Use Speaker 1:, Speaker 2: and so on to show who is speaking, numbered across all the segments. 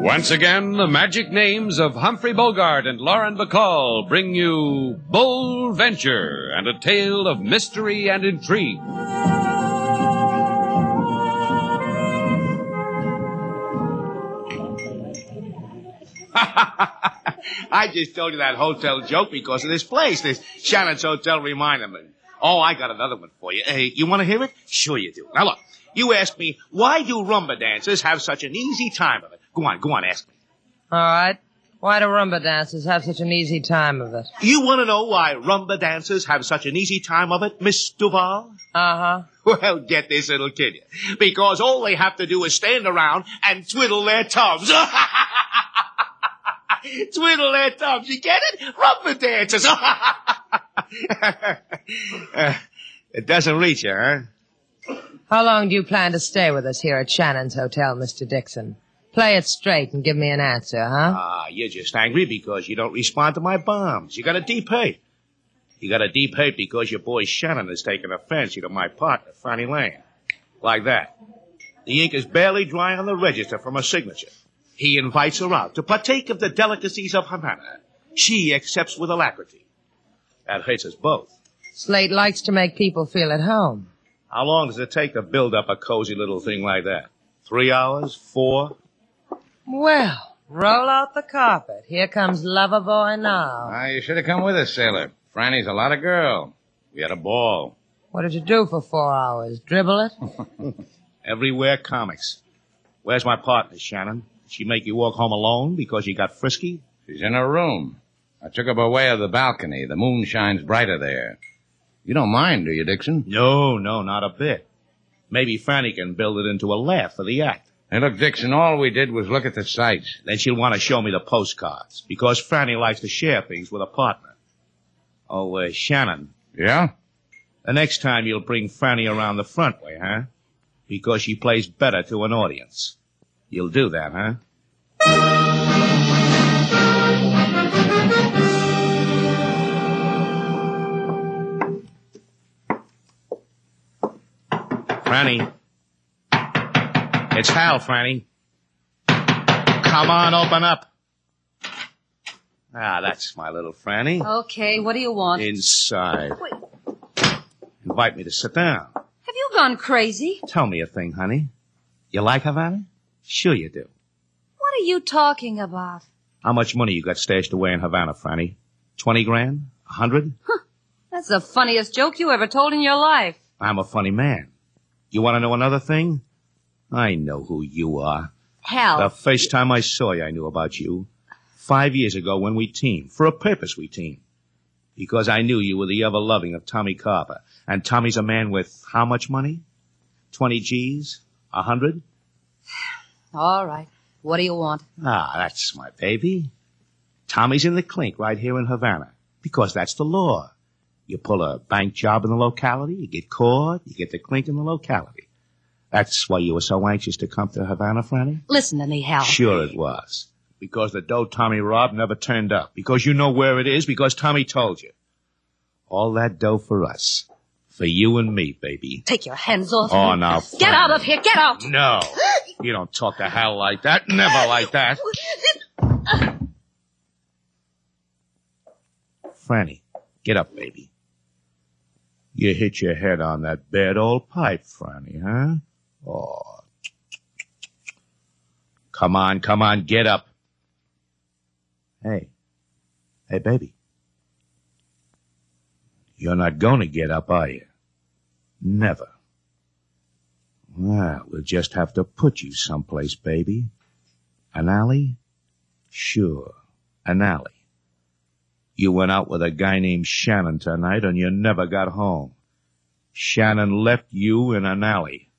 Speaker 1: Once again, the magic names of Humphrey Bogart and Lauren Bacall bring you Bold Venture and a tale of mystery and intrigue.
Speaker 2: I just told you that hotel joke because of this place, this Shannon's Hotel Reminderman. Oh, I got another one for you. Hey, you want to hear it? Sure you do. Now look, you asked me why do rumba dancers have such an easy time of it. Go on, go on, ask me.
Speaker 3: All right. Why do rumba dancers have such an easy time of it?
Speaker 2: You want to know why rumba dancers have such an easy time of it, Miss Duval?
Speaker 3: Uh huh.
Speaker 2: Well, get this, it'll kill you. Because all they have to do is stand around and twiddle their thumbs. twiddle their thumbs, you get it? Rumba dancers. Uh, it doesn't reach you, huh?
Speaker 3: How long do you plan to stay with us here at Shannon's Hotel, Mr. Dixon? Play it straight and give me an answer, huh?
Speaker 2: Ah, you're just angry because you don't respond to my bombs. You got a deep hate. You got a deep hate because your boy Shannon has taken a fancy to my partner, Fanny Lane. Like that. The ink is barely dry on the register from her signature. He invites her out to partake of the delicacies of Havana. She accepts with alacrity. That hurts us both.
Speaker 3: Slate likes to make people feel at home.
Speaker 2: How long does it take to build up a cozy little thing like that? Three hours? Four?
Speaker 3: Well, roll out the carpet. Here comes Lover Boy now.
Speaker 4: Ah, you should have come with us, sailor. Franny's a lot of girl.
Speaker 2: We had a ball.
Speaker 3: What did you do for four hours? Dribble it?
Speaker 2: Everywhere comics. Where's my partner, Shannon? Did she make you walk home alone because you got frisky?
Speaker 4: She's in her room. I took her by way of the balcony. The moon shines brighter there. You don't mind, do you, Dixon?
Speaker 2: No, no, not a bit. Maybe Franny can build it into a laugh for the act.
Speaker 4: Hey, look, Dixon, all we did was look at the sights.
Speaker 2: Then she'll want to show me the postcards because Franny likes to share things with a partner. Oh, uh, Shannon,
Speaker 4: Yeah?
Speaker 2: the next time you'll bring Franny around the front way, huh? Because she plays better to an audience. You'll do that, huh? Franny. It's Hal, Franny. Come on, open up. Ah, that's my little Franny.
Speaker 3: Oh.
Speaker 5: Okay, what do you want?
Speaker 2: Inside.
Speaker 5: Wait, have
Speaker 2: Invite me to sit down.
Speaker 5: you gone crazy?
Speaker 2: Tell me a thing, honey. You like Havana? Sure you do.
Speaker 5: What are you talking about?
Speaker 2: How much money you got stashed away in Havana, Franny? Twenty grand? A hundred?
Speaker 5: That's the funniest joke you ever told in your life.
Speaker 2: I'm a funny man. You want to know another thing? I know who you are.
Speaker 5: Hal,
Speaker 3: Oh.
Speaker 2: The first time I saw you, I knew about you. Five years ago when we teamed. For a purpose we teamed. Because I knew you were the ever-loving of Tommy Carver. And Tommy's a man with how much money? Twenty G's? A hundred?
Speaker 5: all right. What do you want?
Speaker 2: Ah, that's my baby. Tommy's in the clink right here in Havana because that's the law. You pull a bank job in the locality, you get caught, you get the clink in the locality. That's why you were so anxious to come to Havana, Franny?
Speaker 5: Listen to me, Hal.
Speaker 2: Sure it was. Because the dough Tommy robbed never turned up. Because you know where it is because Tommy told you. All that dough for us. For you and me, baby.
Speaker 5: Take your hands off
Speaker 2: Oh,
Speaker 5: me.
Speaker 2: now,
Speaker 5: Get out of here. Get out.
Speaker 2: No. You don't talk to Hal like that. Never like that. Franny, get up, baby. You hit your head on that bad old pipe, Franny, huh? Oh. Come on, come on, get up. Hey. Hey, baby. You're not going to get up, are you? Never. Well, we'll just have to put you someplace, baby. An alley? Sure, an alley. You went out with a guy named Shannon tonight and you never got home. Shannon left you in an alley.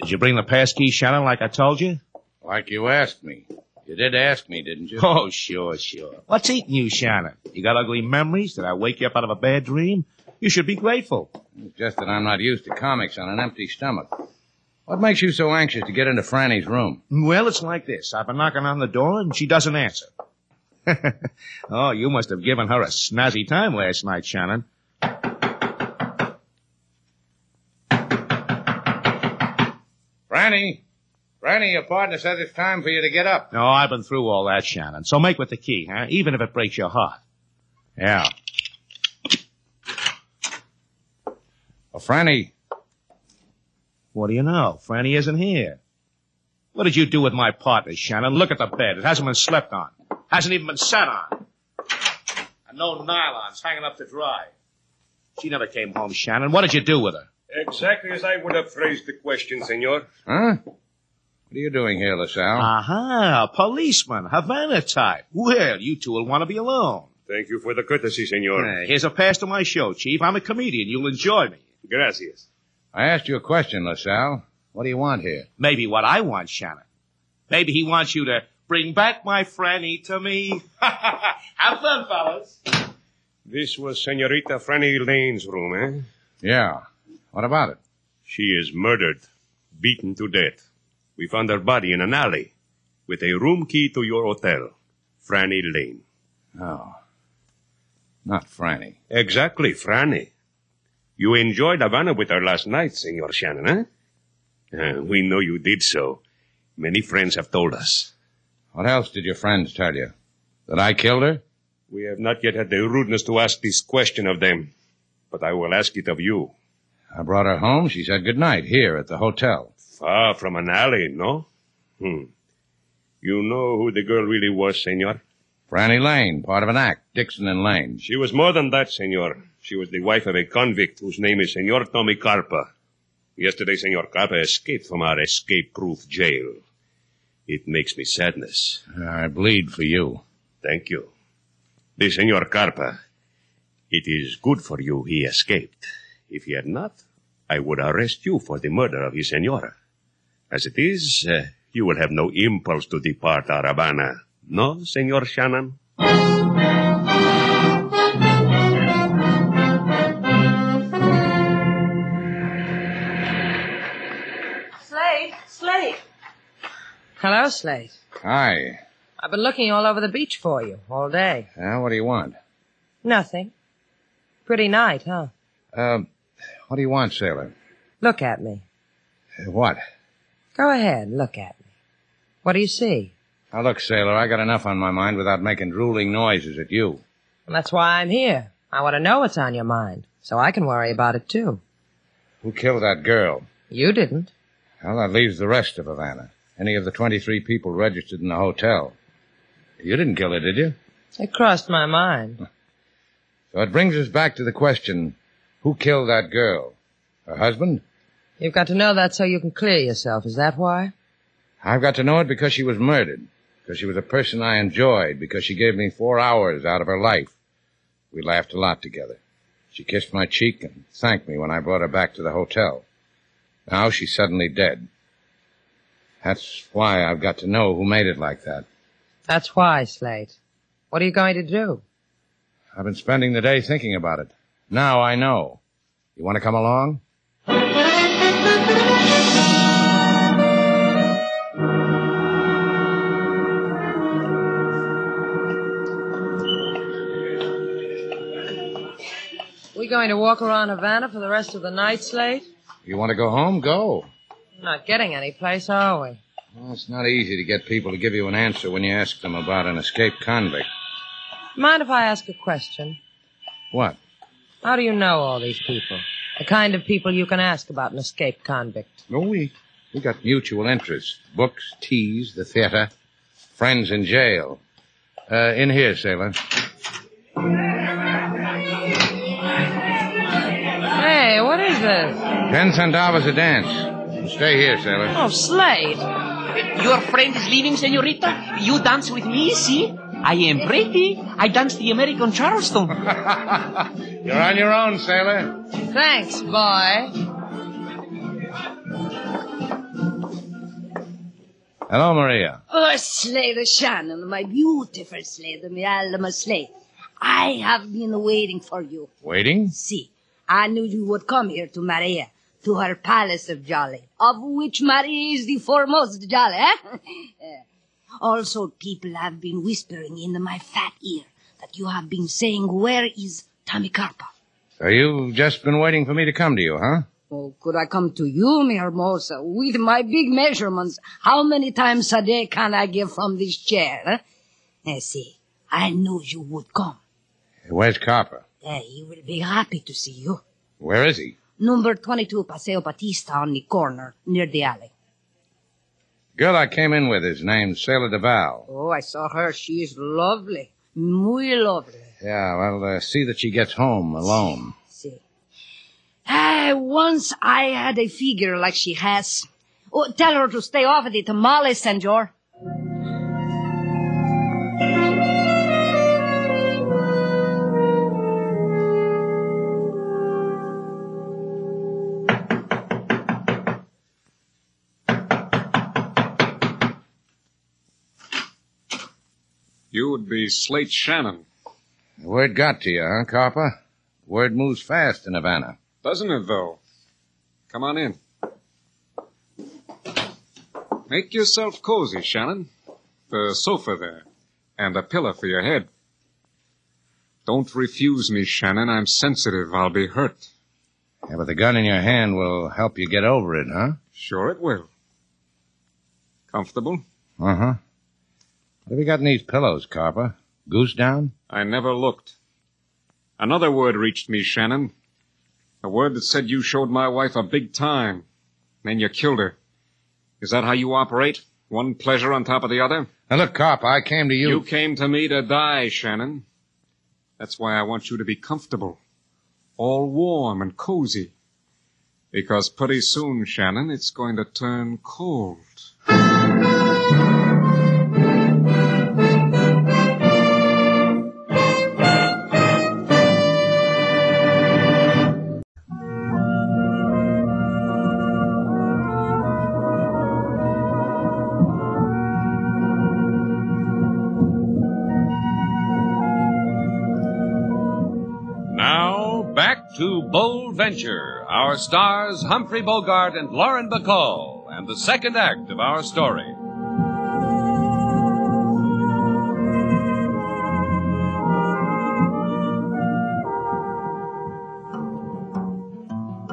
Speaker 2: Did you bring the passkey, Shannon, like I told you?
Speaker 1: Like you asked me. You did ask me, didn't you?
Speaker 2: Oh, sure, sure. What's eating you, Shannon? You got ugly memories? Did I wake you up out of a bad dream? You should be grateful.
Speaker 1: It's just that I'm not used to comics on an empty stomach. What makes you so anxious to get into Franny's room?
Speaker 2: Well, it's like this. I've been knocking on the door and she doesn't answer. oh, you must have given her a snazzy time last night, Shannon.
Speaker 1: Franny! Franny, your partner says it's time for you to get up.
Speaker 2: No, I've been through all that, Shannon. So make with the key, huh? Even if it breaks your heart. Yeah.
Speaker 1: Well, Oh, Franny,
Speaker 2: What do you know? Franny isn't here. What did you do with my partner, Shannon? Look at the bed. It hasn't been slept on. Hasn't even been sat on. And no nylons hanging up to dry. She never came home, Shannon. What did you do with her?
Speaker 6: Exactly as I would have phrased the question, senor.
Speaker 1: huh? What are you doing here, LaSalle?
Speaker 2: Aha, Uh-huh, policeman, Havana type. Well, you two will want to be alone.
Speaker 6: Thank you for the courtesy, senor.
Speaker 2: Uh, here's a pass to my show, Chief. I'm a comedian. You'll enjoy me.
Speaker 6: Gracias.
Speaker 1: I asked you a question, LaSalle. What do you want here?
Speaker 2: Maybe what I want, Shannon. Maybe he wants you to bring back my Franny to me. Have fun, fellas.
Speaker 6: This was Senorita Franny Lane's room, eh?
Speaker 1: Yeah. What about it?
Speaker 6: She is murdered, beaten to death. We found her body in an alley with a room key to your hotel, Franny Lane.
Speaker 1: Oh. Not Franny.
Speaker 6: Exactly, Franny. You enjoyed Havana with her last night, Senor Shannon, eh? Uh, we know you did so. Many friends have told us.
Speaker 1: What else did your friends tell you? That I killed her?
Speaker 6: We have not yet had the rudeness to ask this question of them, but I will ask it of you.
Speaker 1: I brought her home. She said good night here at the hotel.
Speaker 6: Far from an alley, no? Hmm. You know who the girl really was, senor?
Speaker 1: Franny Lane, part of an act, Dixon and Lane.
Speaker 6: She was more than that, senor. She was the wife of a convict whose name is Senor Tommy Carpa. Yesterday, Senor Carpa escaped from our escape-proof jail. It makes me sadness.
Speaker 1: I bleed for you.
Speaker 6: Thank you. The Senor Carpa. It is good for you he escaped. If he had not, I would arrest you for the murder of his senora. As it is, uh, you will have no impulse to depart our Havana. No, Senor Shannon?
Speaker 5: Slade, Slade.
Speaker 7: Hello, Slate.
Speaker 1: Hi.
Speaker 7: I've been looking all over the beach for you all day.
Speaker 1: Now, what do you want?
Speaker 7: Nothing. Pretty night, huh?
Speaker 1: Um, what do you want, sailor?
Speaker 7: Look at me.
Speaker 1: Uh, What?
Speaker 7: Go ahead, look at me. What do you see?
Speaker 1: Now, look, sailor, I got enough on my mind without making drooling noises at you.
Speaker 7: And that's why I'm here. I want to know what's on your mind, so I can worry about it too.
Speaker 1: Who killed that girl?
Speaker 7: You didn't.
Speaker 1: Well, that leaves the rest of Havana. Any of the 23 people registered in the hotel. You didn't kill her, did you?
Speaker 7: It crossed my mind.
Speaker 1: So it brings us back to the question, who killed that girl? Her husband?
Speaker 7: You've got to know that so you can clear yourself, is that why?
Speaker 1: I've got to know it because she was murdered, because she was a person I enjoyed, because she gave me four hours out of her life. We laughed a lot together. She kissed my cheek and thanked me when I brought her back to the hotel. Now she's suddenly dead. That's why I've got to know who made it like that.
Speaker 7: That's why, Slate. What are you going to do?
Speaker 1: I've been spending the day thinking about it. Now I know. You want to come along?
Speaker 7: We going to walk around Havana for the rest of the night, Slate?
Speaker 1: You want to go home? Go.
Speaker 7: We're not getting any place, are we?
Speaker 1: Well, Well, it's not easy to get people to give you an answer when you ask them about an escaped convict.
Speaker 7: Mind if I ask a question?
Speaker 1: What?
Speaker 7: How do you know all these people? The kind of people you can ask about an escaped convict.
Speaker 1: No, we we got mutual interests: books, teas, the theater, friends in jail. Uh, in here, sailor.
Speaker 7: Hey, what is this?
Speaker 1: Ten centavos a dance. Stay here, sailor.
Speaker 7: Oh, Slade.
Speaker 8: Your friend is leaving, senorita. You dance with me, see? I am pretty. I dance the American Charleston.
Speaker 1: You're on your own, sailor.
Speaker 7: Thanks, boy.
Speaker 1: Hello, Maria.
Speaker 3: Oh, Slater Shannon, my beautiful Slater, my alma Slater. I have been waiting for you.
Speaker 1: Waiting?
Speaker 3: See, I knew you would come here to Maria, to her palace of Jolly, of which Maria is the foremost Jolly, eh? Eh. also, people have been whispering in my fat ear that you have been saying, where is Tommy Carpa?
Speaker 1: So you've just been waiting for me to come to you, huh?
Speaker 3: Oh, could I come to you, mi hermosa, with my big measurements? How many times a day can I give from this chair? Eh? Eh, see, I knew you would come.
Speaker 1: Where's Copper?
Speaker 3: Eh, he will be happy to see you.
Speaker 1: Where is he?
Speaker 3: Number 22 Paseo Batista on the corner, near the alley.
Speaker 1: Girl I came in with is named Sailor Duval.
Speaker 3: Oh, I saw her. She is lovely. Muy lovely.
Speaker 1: Yeah, well, uh, see that she gets home alone.
Speaker 3: See. Ah, once I had a figure like she has. Oh, tell her to stay off of the tamales, senor.
Speaker 9: You would be Slate Shannon,
Speaker 1: The word got to you, huh, Copper? Word moves fast in Havana.
Speaker 9: doesn't it, though? Come on in. Make yourself cozy, Shannon. The sofa there, and a pillow for your head. Don't refuse me, Shannon. I'm sensitive. I'll be hurt.
Speaker 1: Yeah, but the gun in your hand will help you get over it, huh?
Speaker 9: Sure it will. Comfortable?
Speaker 1: Uh huh. What have you got in these pillows, Copper? Goose down?
Speaker 9: I never looked. Another word reached me, Shannon. A word that said you showed my wife a big time. Then you killed her. Is that how you operate? One pleasure on top of the other?
Speaker 1: Now look, Copper, I came to you.
Speaker 9: You came to me to die, Shannon. That's why I want you to be comfortable. All warm and cozy. Because pretty soon, Shannon, it's going to turn cold.
Speaker 10: Now, back to Bold Venture, our stars Humphrey Bogart and Lauren Bacall, and the second act of our story.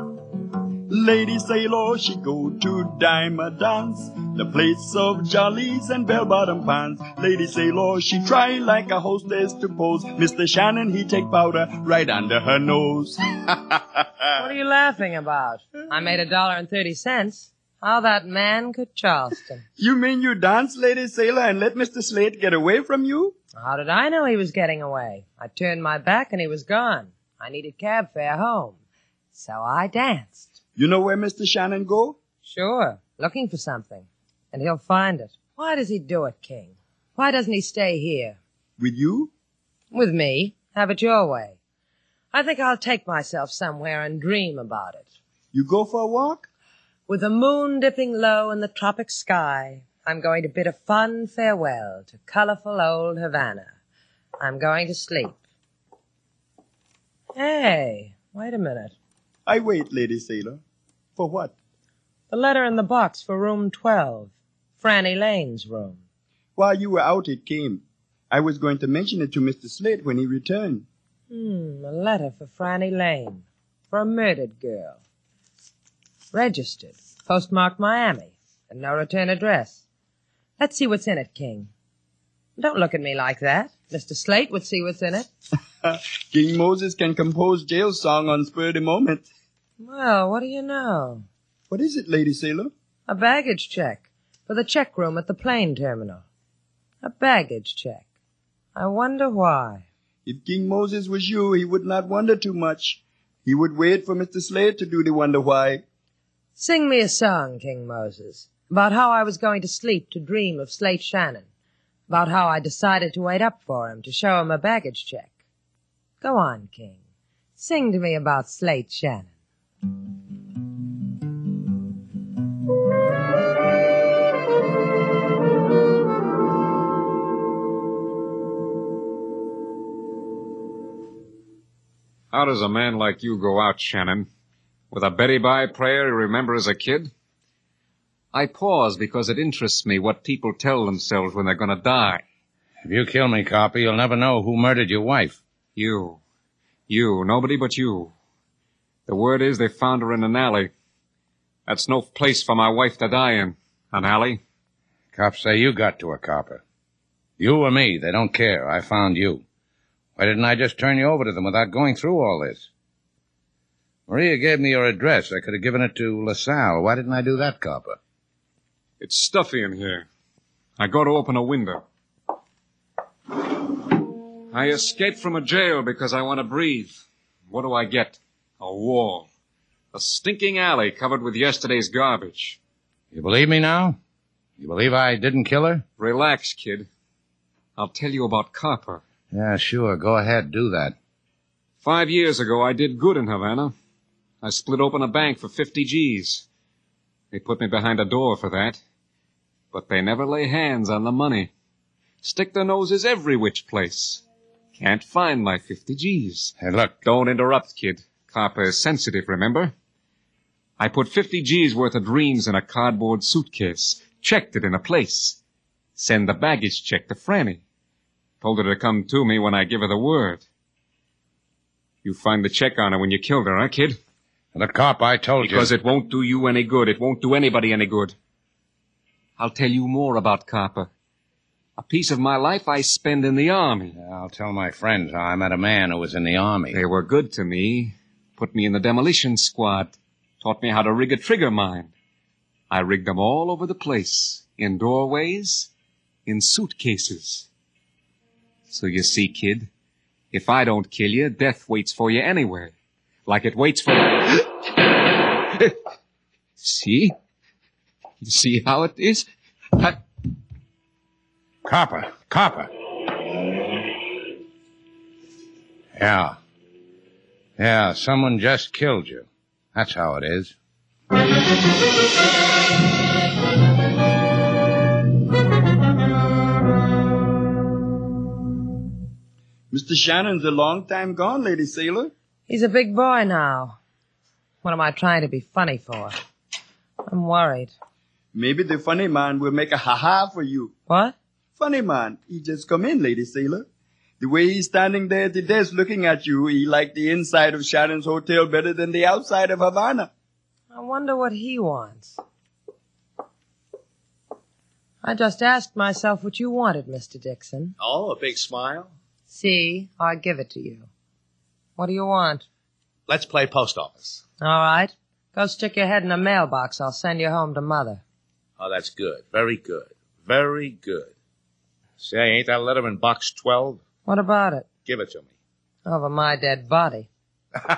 Speaker 11: Lady Sailor, she go to dime a dance, the place of jollies and bell-bottom pants. Lady Sailor, she try like a hostess to pose. Mr. Shannon, he take powder right under her nose.
Speaker 7: What are you laughing about? I made a dollar and thirty cents. How that man could Charleston.
Speaker 11: You mean you dance, Lady Sailor, and let Mr. Slade get away from you?
Speaker 7: How did I know he was getting away? I turned my back and he was gone. I needed cab fare home. So I danced.
Speaker 11: You know where Mr. Shannon go?
Speaker 7: Sure, looking for something. And he'll find it. Why does he do it, King? Why doesn't he stay here?
Speaker 11: With you?
Speaker 7: With me. Have it your way. I think I'll take myself somewhere and dream about it.
Speaker 11: You go for a walk?
Speaker 7: With the moon dipping low in the tropic sky, I'm going to bid a fond farewell to colorful old Havana. I'm going to sleep. Hey, wait a minute.
Speaker 11: I wait, Lady Sailor. For what?
Speaker 7: The letter in the box for room 12, Franny Lane's room.
Speaker 11: While you were out, it came. I was going to mention it to Mr. Slade when he returned.
Speaker 7: Hmm, a letter for Franny Lane, for a murdered girl. Registered, postmarked Miami, and no return address. Let's see what's in it, King. Don't look at me like that. Mr. Slate would see what's in it.
Speaker 11: King Moses can compose jail song on spur of the moment.
Speaker 7: Well, what do you know?
Speaker 11: What is it, Lady Sailor?
Speaker 7: A baggage check for the check room at the plane terminal. A baggage check. I wonder why.
Speaker 11: If King Moses was you, he would not wonder too much. He would wait for Mr. Slade to do the wonder why.
Speaker 7: Sing me a song, King Moses, about how I was going to sleep to dream of Slate Shannon, about how I decided to wait up for him to show him a baggage check. Go on, King. Sing to me about Slate Shannon.
Speaker 1: How does a man like you go out, Shannon? With a Betty Bye prayer you remember as a kid? I pause because it interests me what people tell themselves when they're going to die.
Speaker 6: If you kill me, Copper, you'll never know who murdered your wife.
Speaker 1: You. You. Nobody but you. The word is they found her in an alley. That's no place for my wife to die in. An alley?
Speaker 6: Cops say you got to her, Copper. You or me, they don't care. I found you. Why didn't I just turn you over to them without going through all this? Maria gave me your address. I could have given it to LaSalle. Why didn't I do that, Copper?
Speaker 1: It's stuffy in here. I go to open a window. I escape from a jail because I want to breathe. What do I get? A wall. A stinking alley covered with yesterday's garbage.
Speaker 6: You believe me now? You believe I didn't kill her?
Speaker 1: Relax, kid. I'll tell you about Copper.
Speaker 6: Yeah, sure. Go ahead. Do that.
Speaker 1: Five years ago, I did good in Havana. I split open a bank for 50 G's. They put me behind a door for that. But they never lay hands on the money. Stick their noses every which place. Can't find my 50 G's.
Speaker 6: Hey, look.
Speaker 1: Don't interrupt, kid. Copper is sensitive, remember? I put 50 G's worth of dreams in a cardboard suitcase, checked it in a place. Send the baggage check to Franny. Told her to come to me when I give her the word. You find the check on her when you killed her, huh, kid?
Speaker 6: And the cop, I told
Speaker 1: because
Speaker 6: you.
Speaker 1: Because it won't do you any good. It won't do anybody any good. I'll tell you more about Copper. A piece of my life I spend in the army.
Speaker 6: Yeah, I'll tell my friends how I met a man who was in the army.
Speaker 1: They were good to me. Put me in the demolition squad. Taught me how to rig a trigger mine. I rigged them all over the place. In doorways. In suitcases. So you see, kid, if I don't kill you, death waits for you anyway. Like it waits for. see? You see how it is? I...
Speaker 6: Copper, copper. Yeah. Yeah, someone just killed you. That's how it is.
Speaker 11: Mr. Shannon's a long time gone, Lady Sailor.
Speaker 7: He's a big boy now. What am I trying to be funny for? I'm worried.
Speaker 11: Maybe the funny man will make a ha-ha for you.
Speaker 7: What?
Speaker 11: Funny man. He just come in, Lady Sailor. The way he's standing there at the desk looking at you, he liked the inside of Shannon's hotel better than the outside of Havana.
Speaker 7: I wonder what he wants. I just asked myself what you wanted, Mr. Dixon.
Speaker 2: Oh, a big smile?
Speaker 7: See, I give it to you. What do you want?
Speaker 2: Let's play post office.
Speaker 7: All right. Go stick your head in a mailbox. I'll send you home to mother.
Speaker 2: Oh, that's good. Very good. Very good. Say, ain't that letter in box 12?
Speaker 7: What about it?
Speaker 2: Give it to me.
Speaker 3: Oh,
Speaker 7: Over my dead body.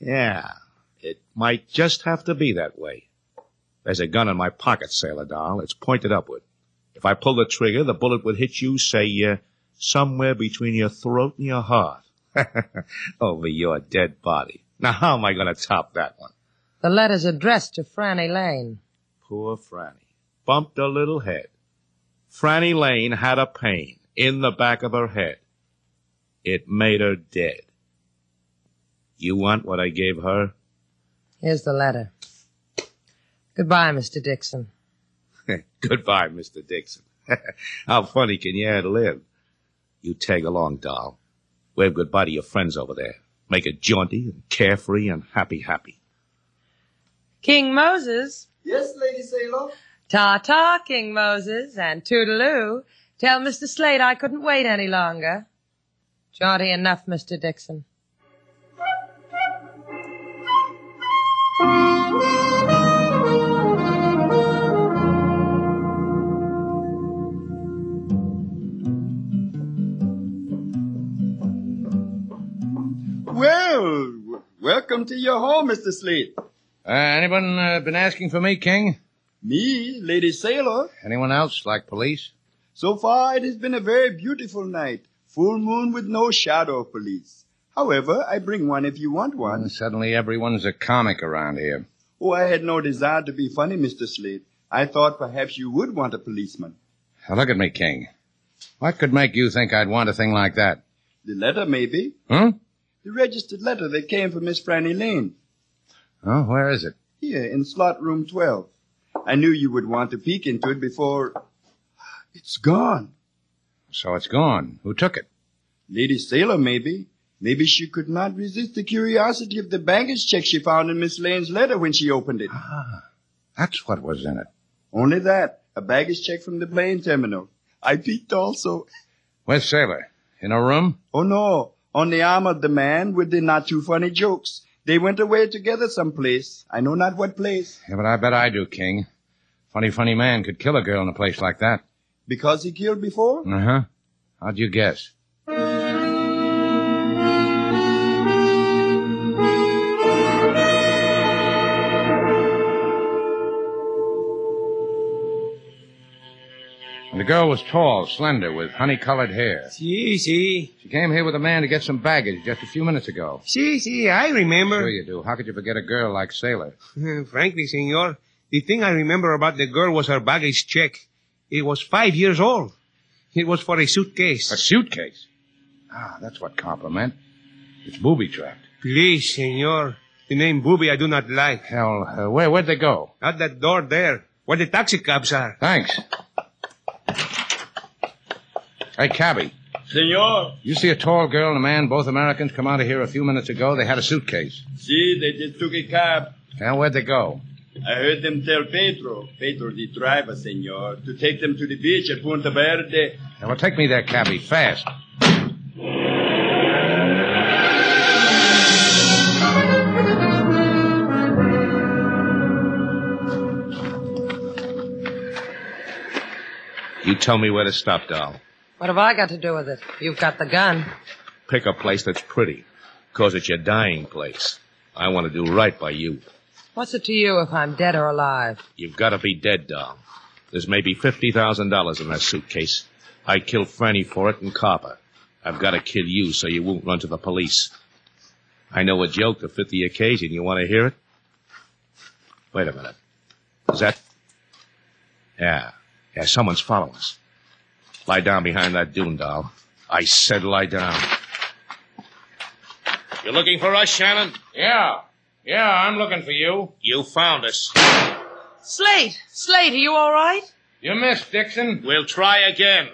Speaker 2: yeah. It might just have to be that way. There's a gun in my pocket, Sailor Doll. It's pointed upward. If I pull the trigger, the bullet would hit you, say, uh, somewhere between your throat and your heart. Over your dead body. Now, how am I going to top that one?
Speaker 7: The letter's addressed to Franny Lane.
Speaker 2: Poor Franny. Bumped her little head. Franny Lane had a pain in the back of her head. It made her dead. You want what I gave her?
Speaker 7: Here's the letter. Goodbye, Mr. Dixon.
Speaker 2: Goodbye, Mr. Dixon. How funny can you ad lib? You tag along, doll. Wave goodbye to your friends over there. Make it jaunty and carefree and happy, happy.
Speaker 7: King Moses,
Speaker 11: Yes, Lady Sailor?
Speaker 7: Ta ta, King Moses, and toodaloo. Tell Mr. Slade I couldn't wait any longer. Jaunty enough, Mr. Dixon.
Speaker 11: Well, w- welcome to your home, Mr. Slade.
Speaker 1: Uh, anyone uh, been asking for me, King?
Speaker 11: Me, Lady Sailor.
Speaker 1: Anyone else, like police?
Speaker 11: So far, it has been a very beautiful night. Full moon with no shadow of police. However, I bring one if you want one.
Speaker 1: Suddenly everyone's a comic around here.
Speaker 11: Oh, I had no desire to be funny, Mr. Slade. I thought perhaps you would want a policeman.
Speaker 1: Now look at me, King. What could make you think I'd want a thing like that? Hmm?
Speaker 11: The letter, maybe.
Speaker 1: Huh?
Speaker 11: The registered letter that came from Miss Franny Lane.
Speaker 1: Oh, where is it?
Speaker 11: Here, in slot room 12. I knew you would want to peek into it before... It's gone.
Speaker 1: So it's gone. Who took it?
Speaker 11: Lady Sailor, maybe. Maybe she could not resist the curiosity of the baggage check she found in Miss Lane's letter when she opened it.
Speaker 1: Ah, that's what was in it.
Speaker 11: Only that. A baggage check from the plane terminal. I peeked also.
Speaker 1: Where's Sailor? In a room?
Speaker 11: Oh no. On the arm of the man with the not too funny jokes. They went away together someplace. I know not what place.
Speaker 1: Yeah, but I bet I do, King. Funny, funny man could kill a girl in a place like that.
Speaker 11: Because he killed before?
Speaker 1: Uh huh. How'd you guess? And the girl was tall, slender, with honey colored hair.
Speaker 12: See, see.
Speaker 1: She came here with a man to get some baggage just a few minutes ago.
Speaker 12: See, see, I remember.
Speaker 1: Sure you do. How could you forget a girl like Sailor?
Speaker 12: Uh, Frankly, senor, the thing I remember about the girl was her baggage check. It was five years old. It was for a suitcase.
Speaker 1: A suitcase? Ah, that's what compliment. It's booby trapped.
Speaker 12: Please, senor. The name Booby I do not like.
Speaker 1: Hell, uh, where, where'd they go?
Speaker 12: Out that door there, where the taxi cabs are.
Speaker 1: Thanks. Hey, cabby.
Speaker 11: Senor.
Speaker 1: You see a tall girl and a man, both Americans, come out of here a few minutes ago. They had a suitcase.
Speaker 11: See, they just took a cab.
Speaker 1: Now, where'd they go?
Speaker 11: I heard them tell Pedro, Pedro the driver, senor, to take them to the beach at Punta Verde.
Speaker 1: Now, well, take me there, cabby, fast.
Speaker 2: You tell me where to stop, doll.
Speaker 7: What have I got to do with it? You've got the gun.
Speaker 2: Pick a place that's pretty, 'cause it's your dying place. I want to do right by you.
Speaker 7: What's it to you if I'm dead or alive?
Speaker 2: You've got to be dead, doll. There's maybe $50,000 in that suitcase. I killed Franny for it and Copper. I've got to kill you so you won't run to the police. I know a joke to fit the occasion. You want to hear it? Wait a minute. Is that. Yeah. Yeah, someone's following us. Lie down behind that dune, doll. I said lie down. You're looking for us, Shannon?
Speaker 1: Yeah. Yeah, I'm looking for you.
Speaker 2: You found us.
Speaker 7: Slate! Slate, are you all right?
Speaker 1: You missed, Dixon.
Speaker 2: We'll try again.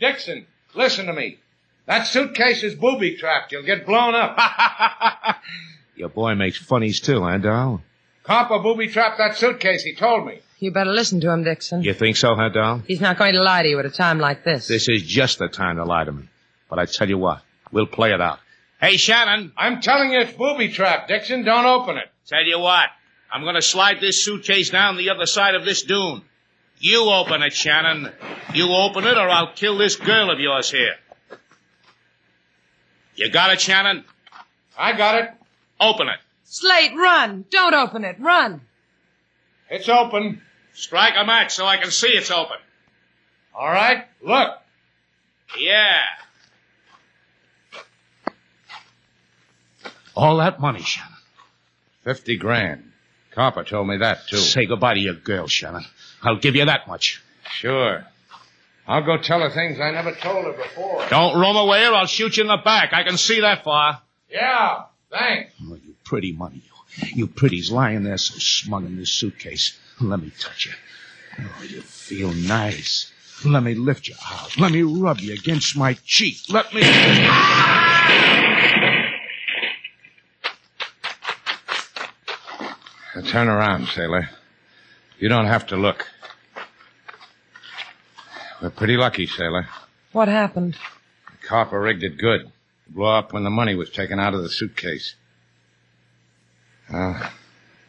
Speaker 1: Dixon, listen to me. That suitcase is booby trapped. You'll get blown up.
Speaker 2: Your boy makes funnies too, huh, doll?
Speaker 1: Copper booby trapped that suitcase, he told me.
Speaker 7: You better listen to him, Dixon.
Speaker 2: You think so, huh, doll?
Speaker 7: He's not going to lie to you at a time like this.
Speaker 2: This is just the time to lie to me. But I tell you what, we'll play it out. Hey, Shannon!
Speaker 1: I'm telling you it's booby trapped, Dixon. Don't open it.
Speaker 2: Tell you what, I'm gonna slide this suitcase down the other side of this dune. You open it, Shannon. You open it or I'll kill this girl of yours here. You got it, Shannon?
Speaker 1: I got it.
Speaker 2: Open it.
Speaker 7: Slate, run! Don't open it, run!
Speaker 1: It's open.
Speaker 2: Strike a match so I can see it's open.
Speaker 1: All right. Look.
Speaker 2: Yeah. All that money, Shannon.
Speaker 1: Fifty grand. Copper told me that, too.
Speaker 2: Say goodbye to your girl, Shannon. I'll give you that much.
Speaker 1: Sure. I'll go tell her things I never told her before.
Speaker 2: Don't roam away or I'll shoot you in the back. I can see that far.
Speaker 1: Yeah. Thanks.
Speaker 2: Oh, you pretty money, you. You pretty's lying there so smug in this suitcase. Let me touch you. Oh, you feel nice. Let me lift you out. Let me rub you against my cheek. Let me.
Speaker 1: Now turn around, sailor.
Speaker 13: You don't have to look. We're pretty lucky, sailor.
Speaker 3: What happened?
Speaker 13: The copper rigged it good. It blew up when the money was taken out of the suitcase. Uh,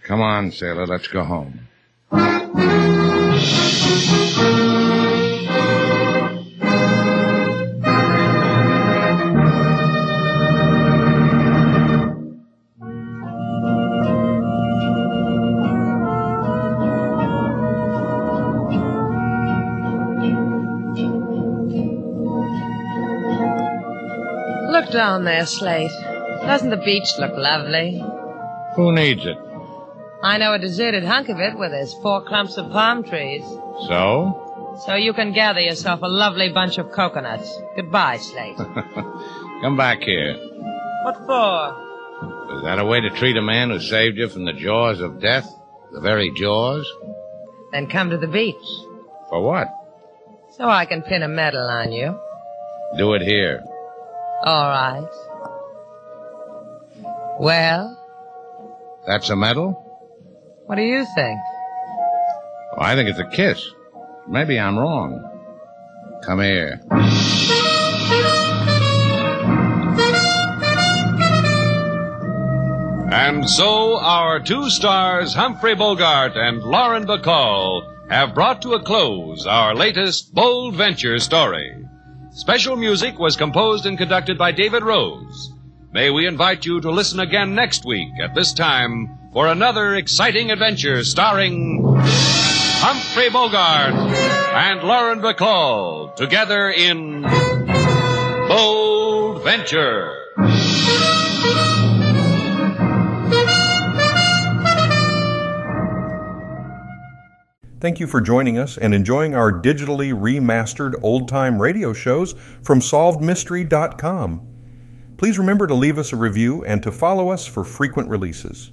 Speaker 13: come on, sailor. Let's go home.
Speaker 3: Look down there, Slate. Doesn't the beach look lovely?
Speaker 13: Who needs it?
Speaker 3: I know a deserted hunk of it where there's four clumps of palm trees.
Speaker 13: So?
Speaker 3: So you can gather yourself a lovely bunch of coconuts. Goodbye, Slate.
Speaker 13: come back here.
Speaker 3: What for?
Speaker 13: Is that a way to treat a man who saved you from the jaws of death? The very jaws?
Speaker 3: Then come to the beach.
Speaker 13: For what?
Speaker 3: So I can pin a medal on you.
Speaker 13: Do it here.
Speaker 3: All right. Well,
Speaker 13: That's a medal?
Speaker 3: what do you think?
Speaker 13: Well, I think it's a kiss. Maybe I'm wrong. Come here.
Speaker 2: And so our two stars, Humphrey Bogart and Lauren Bacall, have brought to a close our latest bold venture story. Special music was composed and conducted by David Rose. May we invite you to listen again next week at this time for another exciting adventure starring Humphrey Bogart and Lauren Bacall together in Bold Venture.
Speaker 14: Thank you for joining us and enjoying our digitally remastered old time radio shows from SolvedMystery.com. Please remember to leave us a review and to follow us for frequent releases.